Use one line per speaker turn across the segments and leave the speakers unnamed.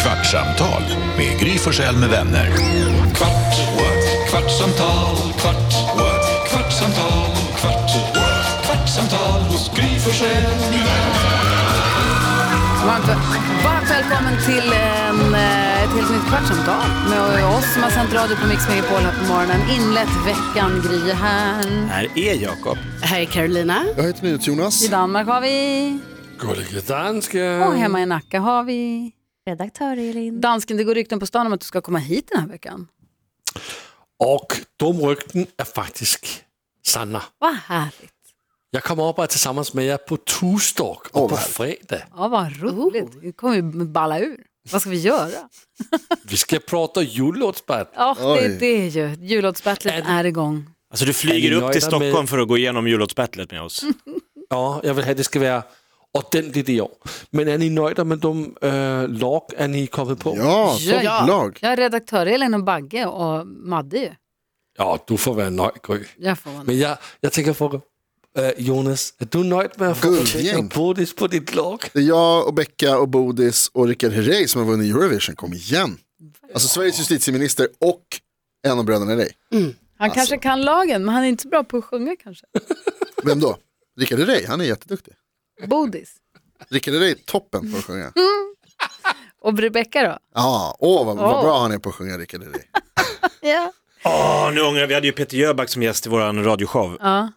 Kvartsamtal med Gry Forssell med vänner. Kvart, what? kvartsamtal, kvart, what? kvartsamtal, kvart, what? kvartsamtal hos Gry Forssell med vänner.
Varmt, varmt välkommen till en, eh, ett helt nytt kvartsamtal med oss som har sänt radio på Mix Megapol här på morgonen. Inlett veckan, Gry är här.
Här är Jakob.
Här är Carolina.
Jag heter NyhetsJonas.
I Danmark har vi...
Gullige dansken.
Och hemma i Nacka har vi...
Redaktör Elin.
Dansken, det går rykten på stan om att du ska komma hit den här veckan.
Och de rykten är faktiskt sanna.
Vad härligt.
Jag kommer att arbeta tillsammans med er på torsdag och på fredag.
Ja, vad roligt. Nu kommer vi balla ur. Vad ska vi göra?
Vi ska prata jullåtsbattle.
Ja, det,
Oj.
det är ju. Jullåtsbattlet är igång.
Alltså du flyger upp till
nöjda med-
Stockholm för att gå igenom jullåtsbattlet med oss.
Ja, jag vill att det ska vara ordentligt i år. Men är ni nöjda med de äh, lag är ni kommit på?
Ja, topplag.
Jag är redaktör Elin och Bagge och Madde ju.
Ja, du får vara nöjd Gry.
Jag får vara
Men jag, jag tänker fråga, äh, Jonas, är du nöjd med att få
Guldgäng.
beteckna Bodis på ditt lag?
Det är jag och Becka och Bodis och Rickard Herrey som har vunnit Eurovision. Kom igen. Alltså Sveriges justitieminister och en av bröderna Herrey.
Han kanske kan lagen, men han är inte så bra på att sjunga kanske.
Vem då? Rickard Herrey, han är jätteduktig.
Bodis.
Rickard Herrey är toppen på att sjunga.
Och Rebecca då?
Ja, åh vad, vad
Åh.
bra han är på att sjunga Rickard Herrey.
Ja.
Åh, nu ångrar jag, vi hade ju Peter Jöback som gäst i vår radioshow.
ja.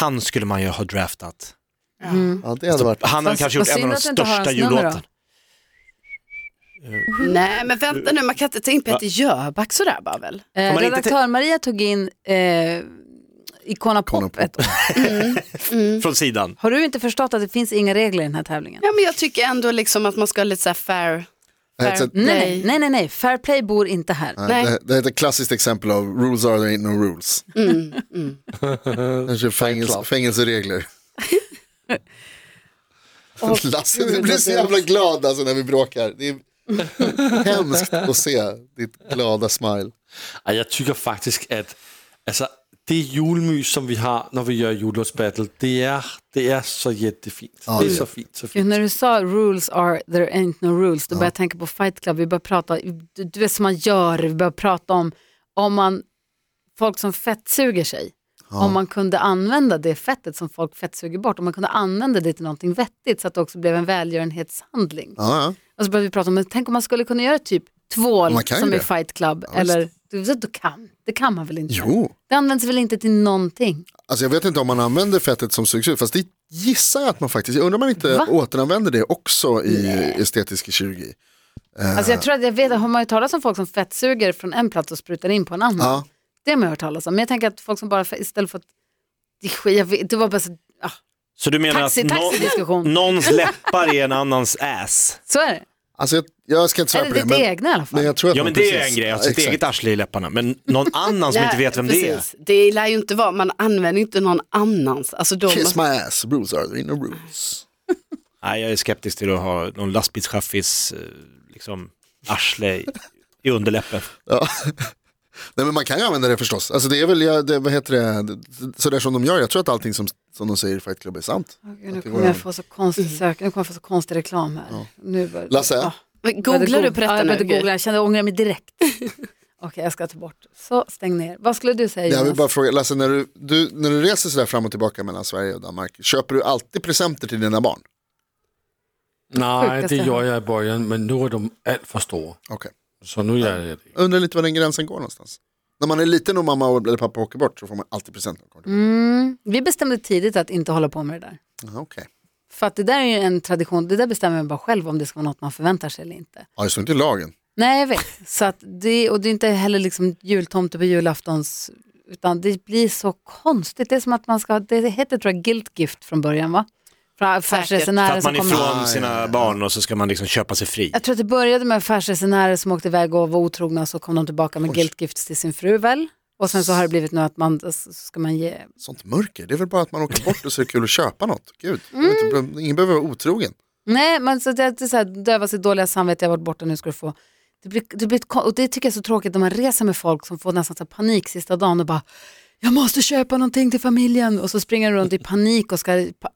Han skulle man ju ha draftat.
Ja, det hade varit.
Han har
Fast-
kanske gjort
vad
en av
synd
de
att du inte har
största
hans nummer då.
jullåtarna.
Nej men vänta nu, man kan inte ta in Peter Jöback sådär bara väl?
Eh,
man inte
redaktör Maria tog in eh, Icona
Icona
Pop.
Pop.
Ett. år. Mm.
Från sidan.
Har du inte förstått att det finns inga regler i den här tävlingen?
Ja men jag tycker ändå liksom att man ska ha lite såhär fair.
Det här är ett-
Nej, nej, nej, nej. Fair play bor inte här.
nej,
nej.
det här- Det här är ett klassiskt exempel av rules are there ain't no rules.
Mm,
Kanske fängelse, fängelseregler. Lasse, du blir så jävla glad alltså när vi bråkar. Det är hemskt att se ditt glada smile.
Ja, jag tycker faktiskt att alltså, det julmys som vi har när vi gör jullåtsbattle, det är, det är så jättefint. det är så fint, så
Gud,
fint.
när du sa rules are there ain't no rules, då började jag tänka på Fight Club. Vi började prata, du, du vet som man gör, vi började prata om, om man, folk som fettsuger sig. Om man kunde använda det fettet som folk fettsuger bort, om man kunde använda det till någonting vettigt så att det också blev en välgörenhetshandling.
Ja, ja.
Och så började vi prata om, men tänk om man skulle kunna göra typ tvål
Man kan ju
som i
det.
Fight Club. eller, du, vet, du kan, det kan man väl inte?
Jo,
Det används väl inte till någonting?
alltså jag vet inte om man använder fettet som sugs ut, fast det gissar jag att man faktiskt, jag undrar om man inte
Va?
återanvänder det också i estetisk kirurgi. Äh.
Alltså jag tror att jag vet, har man ju talat om folk som fettsuger från en plats och sprutar in på en annan?
Ja.
Det har man hört talas om. Men jag tänker att folk som bara, för, istället för att, det, sk- jag vet, det var bara så, ah,
Så du menar
taxi,
att nå-
taxidiskussion.
någons läppar är en annans ass?
Så är det.
Alltså jag, jag ska inte svära
Eller
på
det
det,
är det egna i alla fall.
men jag tror att
Ja
man
men det är ju en
precis-
grej, alltså
Ja,
sitt eget
exakt.
arsle i läpparna. Men någon annan som inte vet vem det är.
Precis. Det lär ju inte vara, man använder inte någon annans. Alltså de,
Kiss my ass, rules are there ain't no rules.
Nej, jag är skeptisk till att ha någon lastbilschaffis eh, liksom, arsle i, i underläppen.
Ja. Nej men man kan ju använda det förstås. Alltså det är väl, ja, det, vad heter det, sådär som de gör, jag tror att allting som, som de säger i Fight Club är sant.
Åh, Gud, nu kommer jag få så konstig sök, nu kommer jag få så konstig reklam här. Nu bör,
Lasse?
Ja,
Men
jag
Googlar
började
du
go-
på
ja,
detta
jag
nu?
började
Gry?
googla, jag kände jag ångrar mig direkt. Okej, jag ska ta bort. Så, stäng ner. Vad skulle du säga
Jag vill
Jonas?
bara fråga, Lasse, när du, du, när du reser sådär fram och tillbaka mellan Sverige och Danmark, köper du alltid presenter till dina barn?
Nej,
Sjukaste
det
jag
gör jag i början, men nu är de allt för stora.
Okej.
Så nu gör jag det.
Undrar lite var den gränsen går någonstans. När man är liten och mamma och- eller pappa åker bort så får man alltid presenter. Mm.
Mm, vi bestämde tidigt att inte hålla på med det där.
Okej.
För att det där är ju en tradition, det där bestämmer man bara själv om det ska vara något man förväntar sig eller inte.
Ja, det står inte i lagen.
Nej, jag vet. Så att det, och det är inte heller liksom jultomte på julaftons... Utan det blir så konstigt. Det är som att man ska... Det heter tror jag guilt gift från början va? Från
För
affärsresenärer
att
som
man är
kommer...
ifrån sina barn och så ska man liksom köpa sig fri.
Jag tror att det började med affärsresenärer som åkte iväg och var otrogna så kom de tillbaka med guilt gifts till sin fru väl? Och sen så har det blivit nu att man så ska man ge...
Sånt mörker, det är väl bara att man åker bort och så är det kul att köpa något. Gud, jag vet inte, ingen behöver vara otrogen.
Nej, men så det är så här, döva sitt dåliga samvete, jag har varit borta, nu ska du få... Det, blir, det, blir ett, kon- och det tycker jag är så tråkigt när man reser med folk som får nästan så här panik sista dagen och bara jag måste köpa någonting till familjen och så springer de runt i panik och ska pa-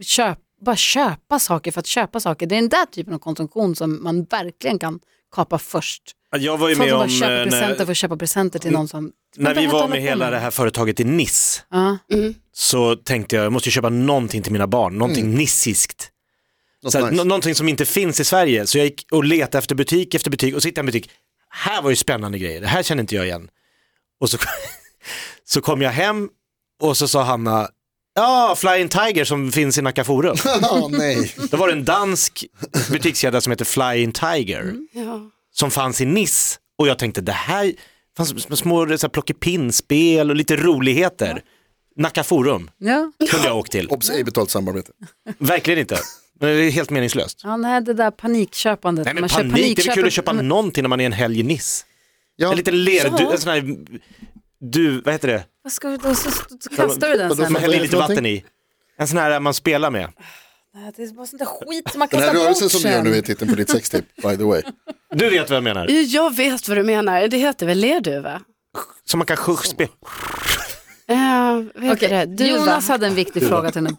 köpa bara köpa saker för att köpa saker. Det är den där typen av konsumtion som man verkligen kan kapa först.
Jag var ju
Folk
med
som bara
om
köper
eh,
presenter
när,
för att köpa presenter till någon som...
när vi
Vänta,
var
hålla
med
på
hela det här företaget i Nice
Ja.
så tänkte jag, jag måste ju köpa någonting till mina barn, någonting nissiskt.
Mm. Något
Så här,
nice.
nå- Någonting som inte finns i Sverige. Så jag gick och letade efter butik efter butik och så hittade jag en butik. Här var ju spännande grejer, det här känner inte jag igen. Och så, så kom jag hem och så sa Hanna, ja, Flying Tiger som finns i Nacka Forum.
Ja, nej.
Då var det en dansk butikskedja som heter Flying Tiger
Mm.
Ja.
som fanns i Nice och jag tänkte det här fanns sm- små så här, plockepinnspel och lite roligheter. Nacka Forum
Ja.
kunde jag ha åkt till.
Obs, ej betalt samarbete.
Verkligen inte. Men Det är helt meningslöst.
ja, nej det där panikköpandet.
Nej men
Man kör
panik, det är väl kul
panikköpet-
att köpa någonting när man är en helg i Nice.
Mm. Ja,
En liten ler,
Ja.
du, en sån här, du, vad heter det,
Vad ska vi då? Så, så, så kastar du den sen.
Vadå,
man
vad är
häller i
det
lite
för någonting?
vatten i. En sån här man spelar med.
Nej, Det är bara sånt där skit som man
den
kastar
här
bort
rörelsen som du gör
sen.
nu är titeln på ditt sextape, by the way.
Du vet vad jag menar,
Jag vet vad du menar, det heter väl lerduva?
som man kan sjuh- spela.
Eh, vad heter
Okej,
det? Duva.
Jonas hade en viktig fråga till nu.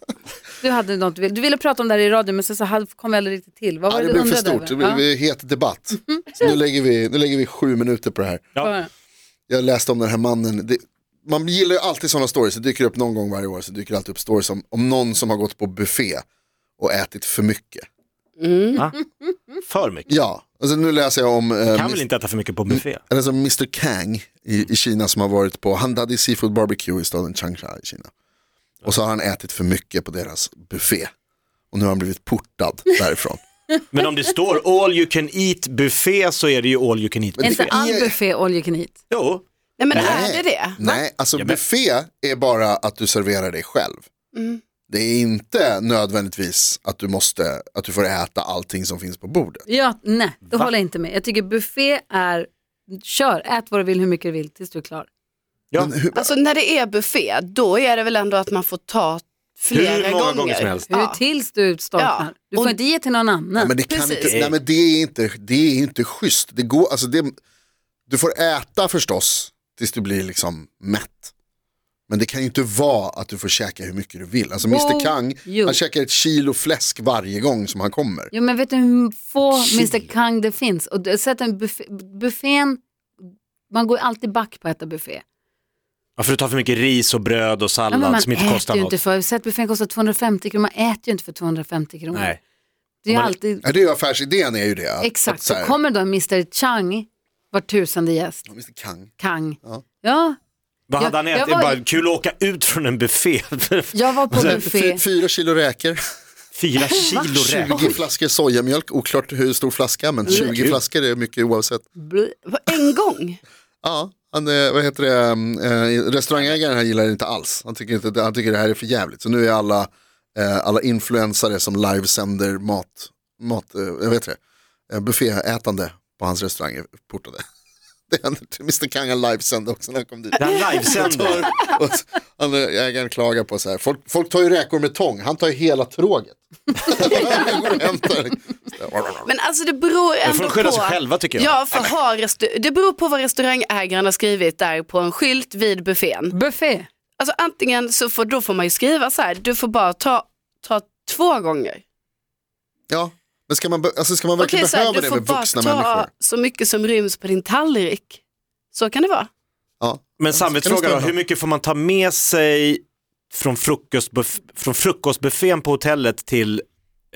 Du, hade något, du ville- du ville prata om det här i radio men sen så hade- kom jag aldrig riktigt till. Vad var
Ja,
det
det
du
blev för
undrade
stort, det
över?
blev en het debatt. Så nu, lägger vi, nu lägger vi sju minuter på det här.
Ja.
Jag läste om den här mannen. Det, man gillar ju alltid sådana stories, det dyker upp någon gång varje år så dyker det alltid upp stories om, om någon som har gått på buffé och ätit för mycket.
För mycket.
Ja, alltså nu läser jag om eh,
Kan väl inte äta för mycket på buffé?
Eller som Mr Kang
Mm.
i, i Kina som har varit på, han hade seafood barbecue i staden Changsha i Kina. Och så har han ätit för mycket på deras buffé. Och nu har han blivit portad därifrån.
Men om det står all you can eat buffé så är det ju all you can eat
Är
Men-
inte
buffé.
Det
all
är-
buffé all you can eat?
Jo,
Nej men
Nej.
är det det?
Nej, alltså
Ja, men-
buffé är bara att du serverar dig själv.
Mm.
Det är inte nödvändigtvis att du, måste, att du får äta allting som finns på bordet.
Ja, nej, det
Va?
håller jag inte med. Jag tycker buffé är, kör, ät vad du vill hur mycket du vill tills du är klar.
Ja.
Men hur,
Alltså när det är buffé, då är det väl ändå att man får ta flera
Hur många gånger som helst.
Hur
Ja.
tills du storknar.
Ja,
Du får
och-
inte ge till någon annan.
Nej, men det, kan
precis.
inte, nej, men det, är inte, det är inte schysst. Det går, alltså det, du får äta förstås tills du blir liksom mätt. Men det kan ju inte vara att du får käka hur mycket du vill. Alltså Mr
Oh,
Kang,
jo.
han käkar ett kilo fläsk varje gång som han kommer.
Jo, men vet du hur få
Shit.
Mr Kang det finns? Och du- sätt en buffé, buffén, man går ju alltid back på att äta buffé.
Ja, för du tar för mycket ris och bröd och
Ja,
sallad
men man
som inte
äter
kostar
ju
något.
inte för, sätt buffén kostar 250 kronor, man äter ju inte för 250 kronor.
Nej.
Det är ju
man-
alltid,
Ja, det är ju affärsidén är ju det. att-
exakt,
att
så
så här,
kommer då Mr Chang, var tusende gäst,
Mr Kang.
Kang.
Ja.
Ja,
Vad hade
Jag-
han ätit?
jag var-
Bara kul att åka ut från en buffé.
jag var
Alltså,
på buffé.
Fy- Fyra kilo räkor,
Fyra kilo räkor.
20 flaskor sojamjölk, oklart hur stor flaska, men 20
Gud.
flaskor är mycket oavsett.
Bli-
På En gång?
Ja, han, eh, vad heter det, um, eh, restaurangägaren här gillar det inte alls. Han tycker, inte, han tycker det här är för jävligt. Så nu är alla, eh, alla influensare som livesänder mat, mat eh, jag vet det, eh, bufféätande på hans restaurang är portade. Det händer till Mr Kanga livesände också när han kom dit.
Den livesänder.
Och så- Han, eh, ägaren klagar på så här, folk, folk tar ju räkor med tång, han tar ju hela tråget. Han går och hämtar.
Men alltså det beror ändå
Men
på.
får de skylla sig själva, tycker jag.
Ja, för har restau- det beror på vad restaurangägaren har skrivit där på en skylt vid buffén.
Buffé,
Alltså antingen så får, då får man ju skriva så här, du får bara ta, ta två gånger.
Ja, men ska man, be- alltså ska man verkligen
Okej, så här,
behöva
du
det
får
med
bara
vuxna
ta
människor?
så mycket som ryms på din tallrik. Så kan det vara.
Ja.
Men samvetsfråga då,
stämma.
hur mycket får man ta med sig från, frukostbuff från frukostbuffén på hotellet till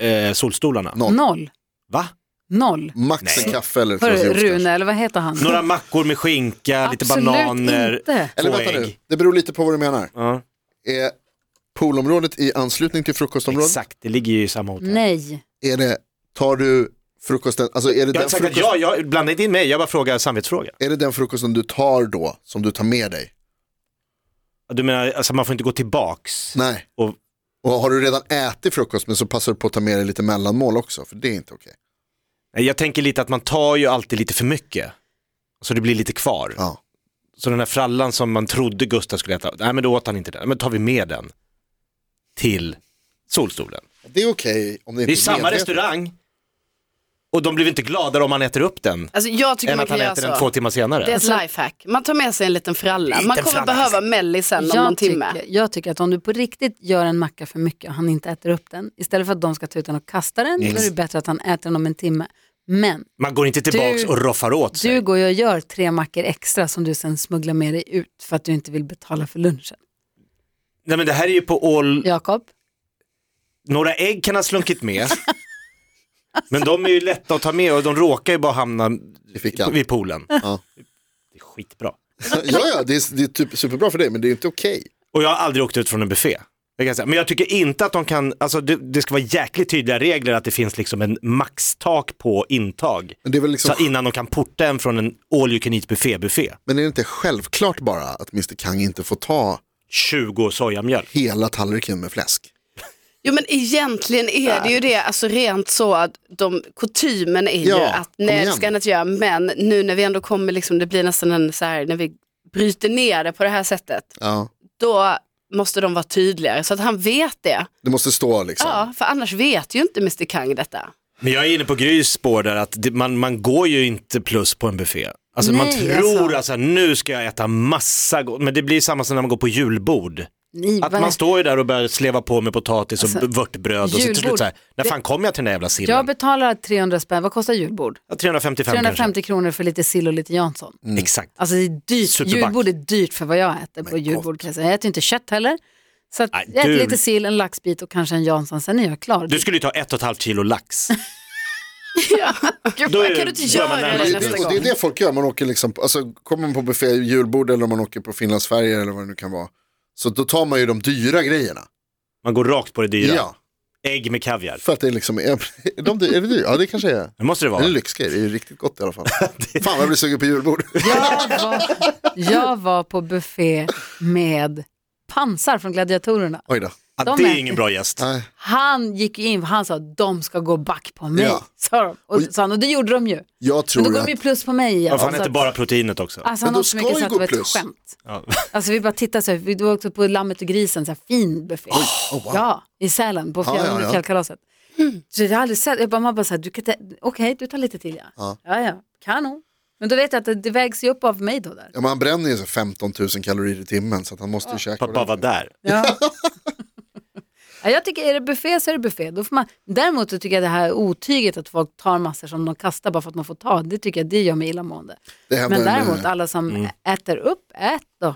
eh, solstolarna?
Noll.
noll,
Va?
noll.
Max en
Nej.
kaffe eller ett
Hör
glas
du,
juice kanske.
Rune, eller vad heter han?
Några mackor med skinka, lite
Absolut
bananer,
inte.
Eller
två
vänta
ägg.
nu, det beror lite på vad du menar.
Ja,
Är poolområdet i anslutning till frukostområdet?
exakt, det ligger ju i samma
Mm.
hotell.
Nej,
Är det, tar du frukosten, alltså är det,
Jag har
den
inte sagt att
frukost,
jag, jag blandar inte in mig, jag bara frågar samvetsfråga.
är det den frukosten du tar då som du tar med dig?
Du menar, alltså man får inte gå tillbaks?
Nej.
Och-
Och har du redan ätit frukost men så passar du på att ta med dig lite mellanmål också, för det är inte okej.
Nej, Jag tänker lite att man tar ju alltid lite för mycket. Så det blir lite kvar.
Ja.
Så den här frallan som man trodde Gustav skulle äta, nej men då åt han inte den. Nej, Men tar vi med den till solstolen.
Det är okej om det inte
Det är samma
medvetet.
restaurang. Och de blir inte gladare om man äter upp den
Alltså jag tycker
än
man
att
kan
han
göra
äter den två
så.
timmar senare.
Det är ett lifehack. Man tar med sig en liten fralla. Man
Liten
kommer
fralla. alltså.
behöva Melly sen om någon
Jag
timme.
tycker, jag tycker att om du på riktigt gör en macka för mycket och han inte äter upp den, istället för att de ska ta ut den och kasta den,
Yes.
då är det bättre att han äter den om en timme. Men
Man går inte tillbaks
Du-
och roffar åt sig.
du går ju och gör tre mackor extra som du sen smugglar med dig ut för att du inte vill betala för lunchen.
Mm. Nej men det här är ju på all,
Jakob,
några ägg kan ha slunkit med. men de är ju lätta att ta med och de råkar ju bara hamna
I fickan.
vid poolen.
Ja.
Det är skitbra.
ja, ja, det är, det är typ superbra för dig men det är inte okej.
Och jag har aldrig åkt ut från en buffé. Det kan jag säga. Men jag tycker inte att de kan, alltså det, det ska vara jäkligt tydliga regler att det finns liksom en maxtak på intag.
Men det är väl liksom,
Så innan de kan porta en från en all you can eat buffé buffé.
men är det inte självklart bara att Mr Kang inte får ta
20 sojamjölk.
hela tallriken med fläsk?
Jo men egentligen är det ju det, alltså rent så att de, kutymen är ju
Ja,
att
kom
nej det
igen.
ska jag inte göra, men nu när vi ändå kommer liksom, det blir nästan en så här, när vi bryter ner det på det här sättet,
Ja,
då måste de vara tydligare så att han vet det.
det måste stå liksom.
Ja, för annars vet ju inte Mr Kang detta.
Men jag är inne på Grys spår där att det, man, man går ju inte plus på en buffé. Alltså man
Nej,
tror
alltså.
alltså. nu ska jag äta massa gott, men det blir samma som när man går på julbord.
ni,
Att
vad-
man står ju där och börjar sleva på med potatis och
Alltså,
vörtbröd och så till
julbord.
slut så här, när fan kom jag till den där jävla
jag
sillen?
betalar 300 spänn, vad kostar julbord?
Ja, 355, 350
350 kronor för lite sill och lite Jansson.
kanske. Exakt.
Alltså det är dyrt,
Superback.
julbord är dyrt för vad jag äter på
Men
julbord. kan jag säga. Jag äter inte kött heller. Så att
Nej,
jag äter
du-
lite sill, en laxbit och kanske en Jansson, sen är jag klar.
Du skulle ju ta ett och ett halvt kilo lax.
Gud,
Då är
kan
det-
du inte
gör
göra
man
det
närmast
Det,
nästa
är det, och det är
gång?
det folk gör, man åker liksom, på- alltså, kommer man på buffé, julbord eller om man åker på Finlandsfärjor eller vad det nu kan vara. Så då tar man ju de dyra grejerna.
Man går rakt på det dyra.
Ja,
Ägg med kaviar.
för att det är liksom, är de dyra, är det dyra? Ja det kanske är.
Det måste det vara.
Eller lyxgrejer, det är ju riktigt gott i alla fall. Fan vad jag blir sugen på julbord.
Jag var, jag var på buffé med pansar från gladiatorerna.
Oj då.
Ja,
de
det
är-
är ingen bra gäst.
Nej.
Han gick ju in för han sa att de ska gå back på mig.
Ja.
Sa de. Och, sa han, och det gjorde de ju.
Jag
Men då
tror
går
att,
de ju plus på mig igen.
Varför han
Så
äter
att-
bara proteinet också.
Alltså
Men
han
de
åt så
ska
mycket
ju
så att
gå
det var ett
plus.
skämt.
Ja.
Alltså vi bara tittade så här, vi var också på Lammet och grisen, så här, fin buffé.
oh, wow.
Ja, i Sälen på
Ja, ja,
fjällen,
ja.
fjällkalaset. Så jag har aldrig sett, jag bara, man bara så här, du kan ta- okej du tar lite till ja.
Ja.
Ja, ja, kanon. Men då vet jag att det, det vägs ju upp av mig då där.
ja, men han bränner ju så 15 000 kalorier i timmen så att han måste ju käka
Pappa var
ordentligt.
där.
Ja. Ja, jag tycker är det buffé så är det buffé. Då får man, däremot så tycker jag det här otyget att folk tar massor som de kastar bara för att man får ta, det tycker jag det gör mig illamående.
Det hävdar
Men
en,
däremot
eh,
alla som
Mm.
äter upp, ät då.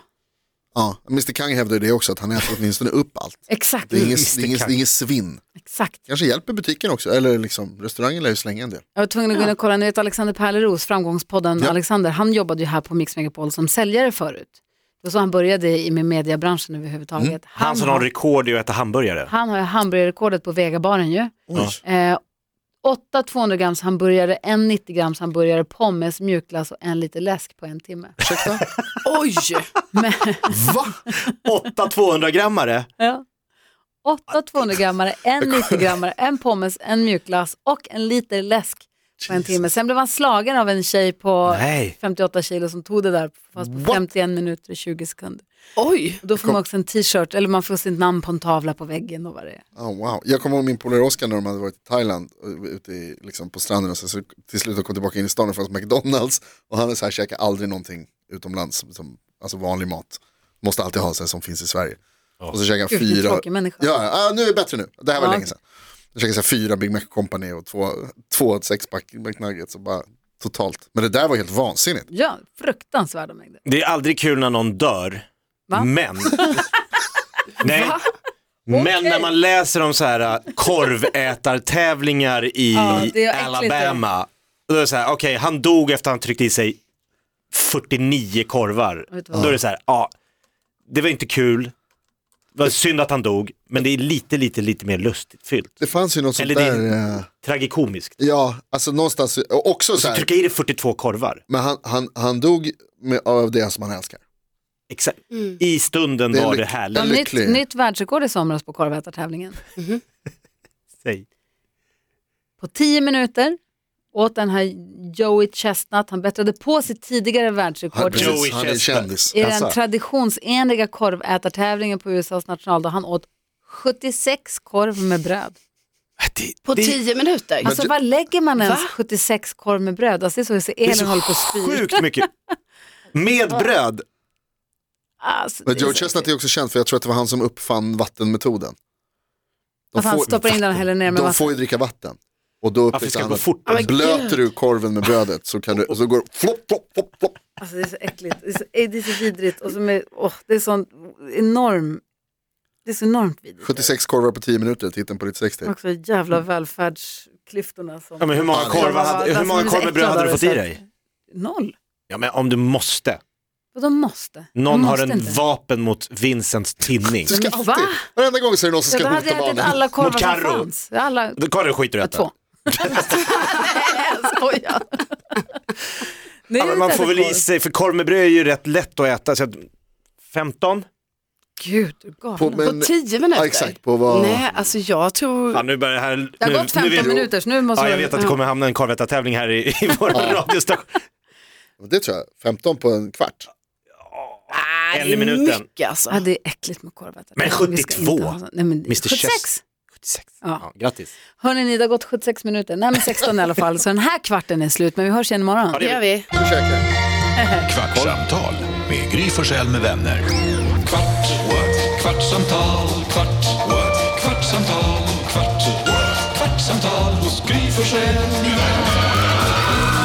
Ja, Mr Kang hävdar ju det också, att han äter åtminstone upp allt.
Exakt,
Det är inget,
Mr.
det är inget,
Kang.
det är inget svinn.
exakt.
Kanske hjälper butiken också, eller liksom, restaurangen lär ju slänga en del.
Jag var tvungen att gå in och kolla, ni vet Alexander Pärleros, framgångspodden
Ja.
Alexander, han jobbade ju här på Mix Megapol som säljare förut. Det var så han började i med mediebranschen överhuvudtaget.
Mm. Han som har
har,
rekord i att äta hamburgare.
han har ju hamburgerrekordet på Vegabaren ju.
Oj.
Eh, 8 200 grams hamburgare, en 90 grams hamburgare, pommes, mjukglass och en lite läsk på en timme.
Ursäkta?
Oj,
Men,
Va?
Åtta 200-grammare.
ja. 8 200 grammare, en 90 grammare, en pommes, en mjukglass och en liter läsk på en timme. Sen blev han slagen av en tjej på
Nej.
58 kilo som tog det där fast på
What?
51 minuter och 20 sekunder.
oj.
Och då får man också en t-shirt eller man får sitt namn på en tavla på väggen och vad det är.
Ja, Oh, wow. Jag kommer ihåg min polare Oskar när de hade varit i Thailand, och ute i, liksom, på stranden och sen så till slut de kom tillbaka in i stan och fanns McDonalds och han är så här, käkar aldrig någonting utomlands, som, alltså vanlig mat. Måste alltid ha sig som finns i Sverige. Och så käkar han
Gud, vilken
fyra,
tråkig människa.
Ja, ja, ah, nu är det bättre nu. Det här var
Ja.
länge sedan. Jag käkade så här fyra Big Mac Company och två, två sexpack McNuggets och bara totalt. Men det där var helt vansinnigt.
Ja, fruktansvärda mängder.
Det är aldrig kul när någon dör.
Va?
Men. Nej. Men när man läser om så här äh, korvätartävlingar i
Ja, det är äckligt,
Alabama. Då är det så här, okej, han dog efter han tryckte i sig 49 korvar.
Vet du vad?
Då är det så här, ja, det var inte kul. Det var synd att han dog, men det är lite, lite, lite mer lustfyllt.
Det fanns ju något sånt
Eller det-
där, eh,
Tragikomiskt.
ja, alltså någonstans, och också så
Så
här,
trycka i dig 42 korvar.
men han, han, han dog med, av det som han älskar.
Exakt.
Mm.
I stunden
Det är
var
lyck-
det
det
Ja,
är
härligt.
nytt,
lycklig.
nytt världsrekord i somras på korvätartävlingen.
Säg.
På 10 minuter åt den här Joey Chestnut, han bättrade på sitt tidigare
Han,
världsrekord.
Joey
precis, han är
Chestnut.
kändis.
I
Alltså,
den traditionsenliga korvätartävlingen på USAs nationaldag, han åt 76 korv med bröd.
Det,
På
det är
tio minuter?
Alltså
du-
var lägger man ens
Va?
76 korv med bröd? Alltså, det är så jag ser
det är
Elin håller på och
så
spyr.
sjukt mycket. Med bröd.
Alltså, det
Men
är
Joe
så-
Chestnut är också känd för jag tror att det var han som uppfann vattenmetoden.
Att han stoppar in den och häller ner med
de
vatten.
får ju dricka vatten. Och då
Varför
upptäckte
ska det
han
gå
att
fort?
Ja, men
blöter
gud.
du korven med brödet så, kan du, och så går det flopp, flopp, flopp, flopp.
Alltså, det är så äckligt. Det är så, det är så vidrigt. Och som är, åh, det är sån enorm... Det är så enormt vidrigt.
76 korvar på 10 minuter, titeln på ditt sextape.
Också jävla välfärdsklyftorna som...
Ja, men hur många
Ja,
korvar
det-
hade, hur många
alltså,
korvar med bröd hade du fått i
så att-
dig?
Noll.
Ja men om du måste.
Och de måste.
Någon
de
har
måste
en
inte.
vapen mot Vincents tinning.
Du ska
Men va?
alltid, varenda gång så är det någon som
Ja, Då
ska
hade
hota
jag ätit
barnen.
alla korvar som
Noccarro.
fanns. Alla,
Då- Karin skiter i
ja,
detta.
två.
Jag skojar.
Nu
Ja, men man får väl i sig, för korv med bröd är ju rätt lätt att äta. Så att 15?
Gud, du är galen.
På, men,
På tio minuter?
ja, exakt, på vad...
Nej, alltså jag tror...
Ja, nu börjar det här...
Det har
nu,
gått
nu
15
vill-
minuter så nu måste
Ja, jag
man-
vet att det kommer hamna en korvätartävling här i, i vår radiostation.
Det tror jag, 15 på en kvart.
Nej,
en
det
i
är
minuten.
Mycket alltså.
Ja, det är äckligt med korvätare.
Men 72.
Nej, men
Mr.
76.
Chess. 76.
Ja.
Ja, grattis.
Hörni, ni, det har gått 76 minuter. Nej, men 16 i alla fall. Så den här kvarten är slut, men vi hörs igen imorgon.
Det gör vi.
Försöker.
Kvartsamtal med Gry Forssell med vänner. Kvart, what? kvartsamtal, kvart, what? kvartsamtal, kvart, what? kvartsamtal hos Gry Forssell med vänner.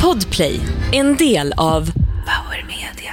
Podplay, en del av Power Media.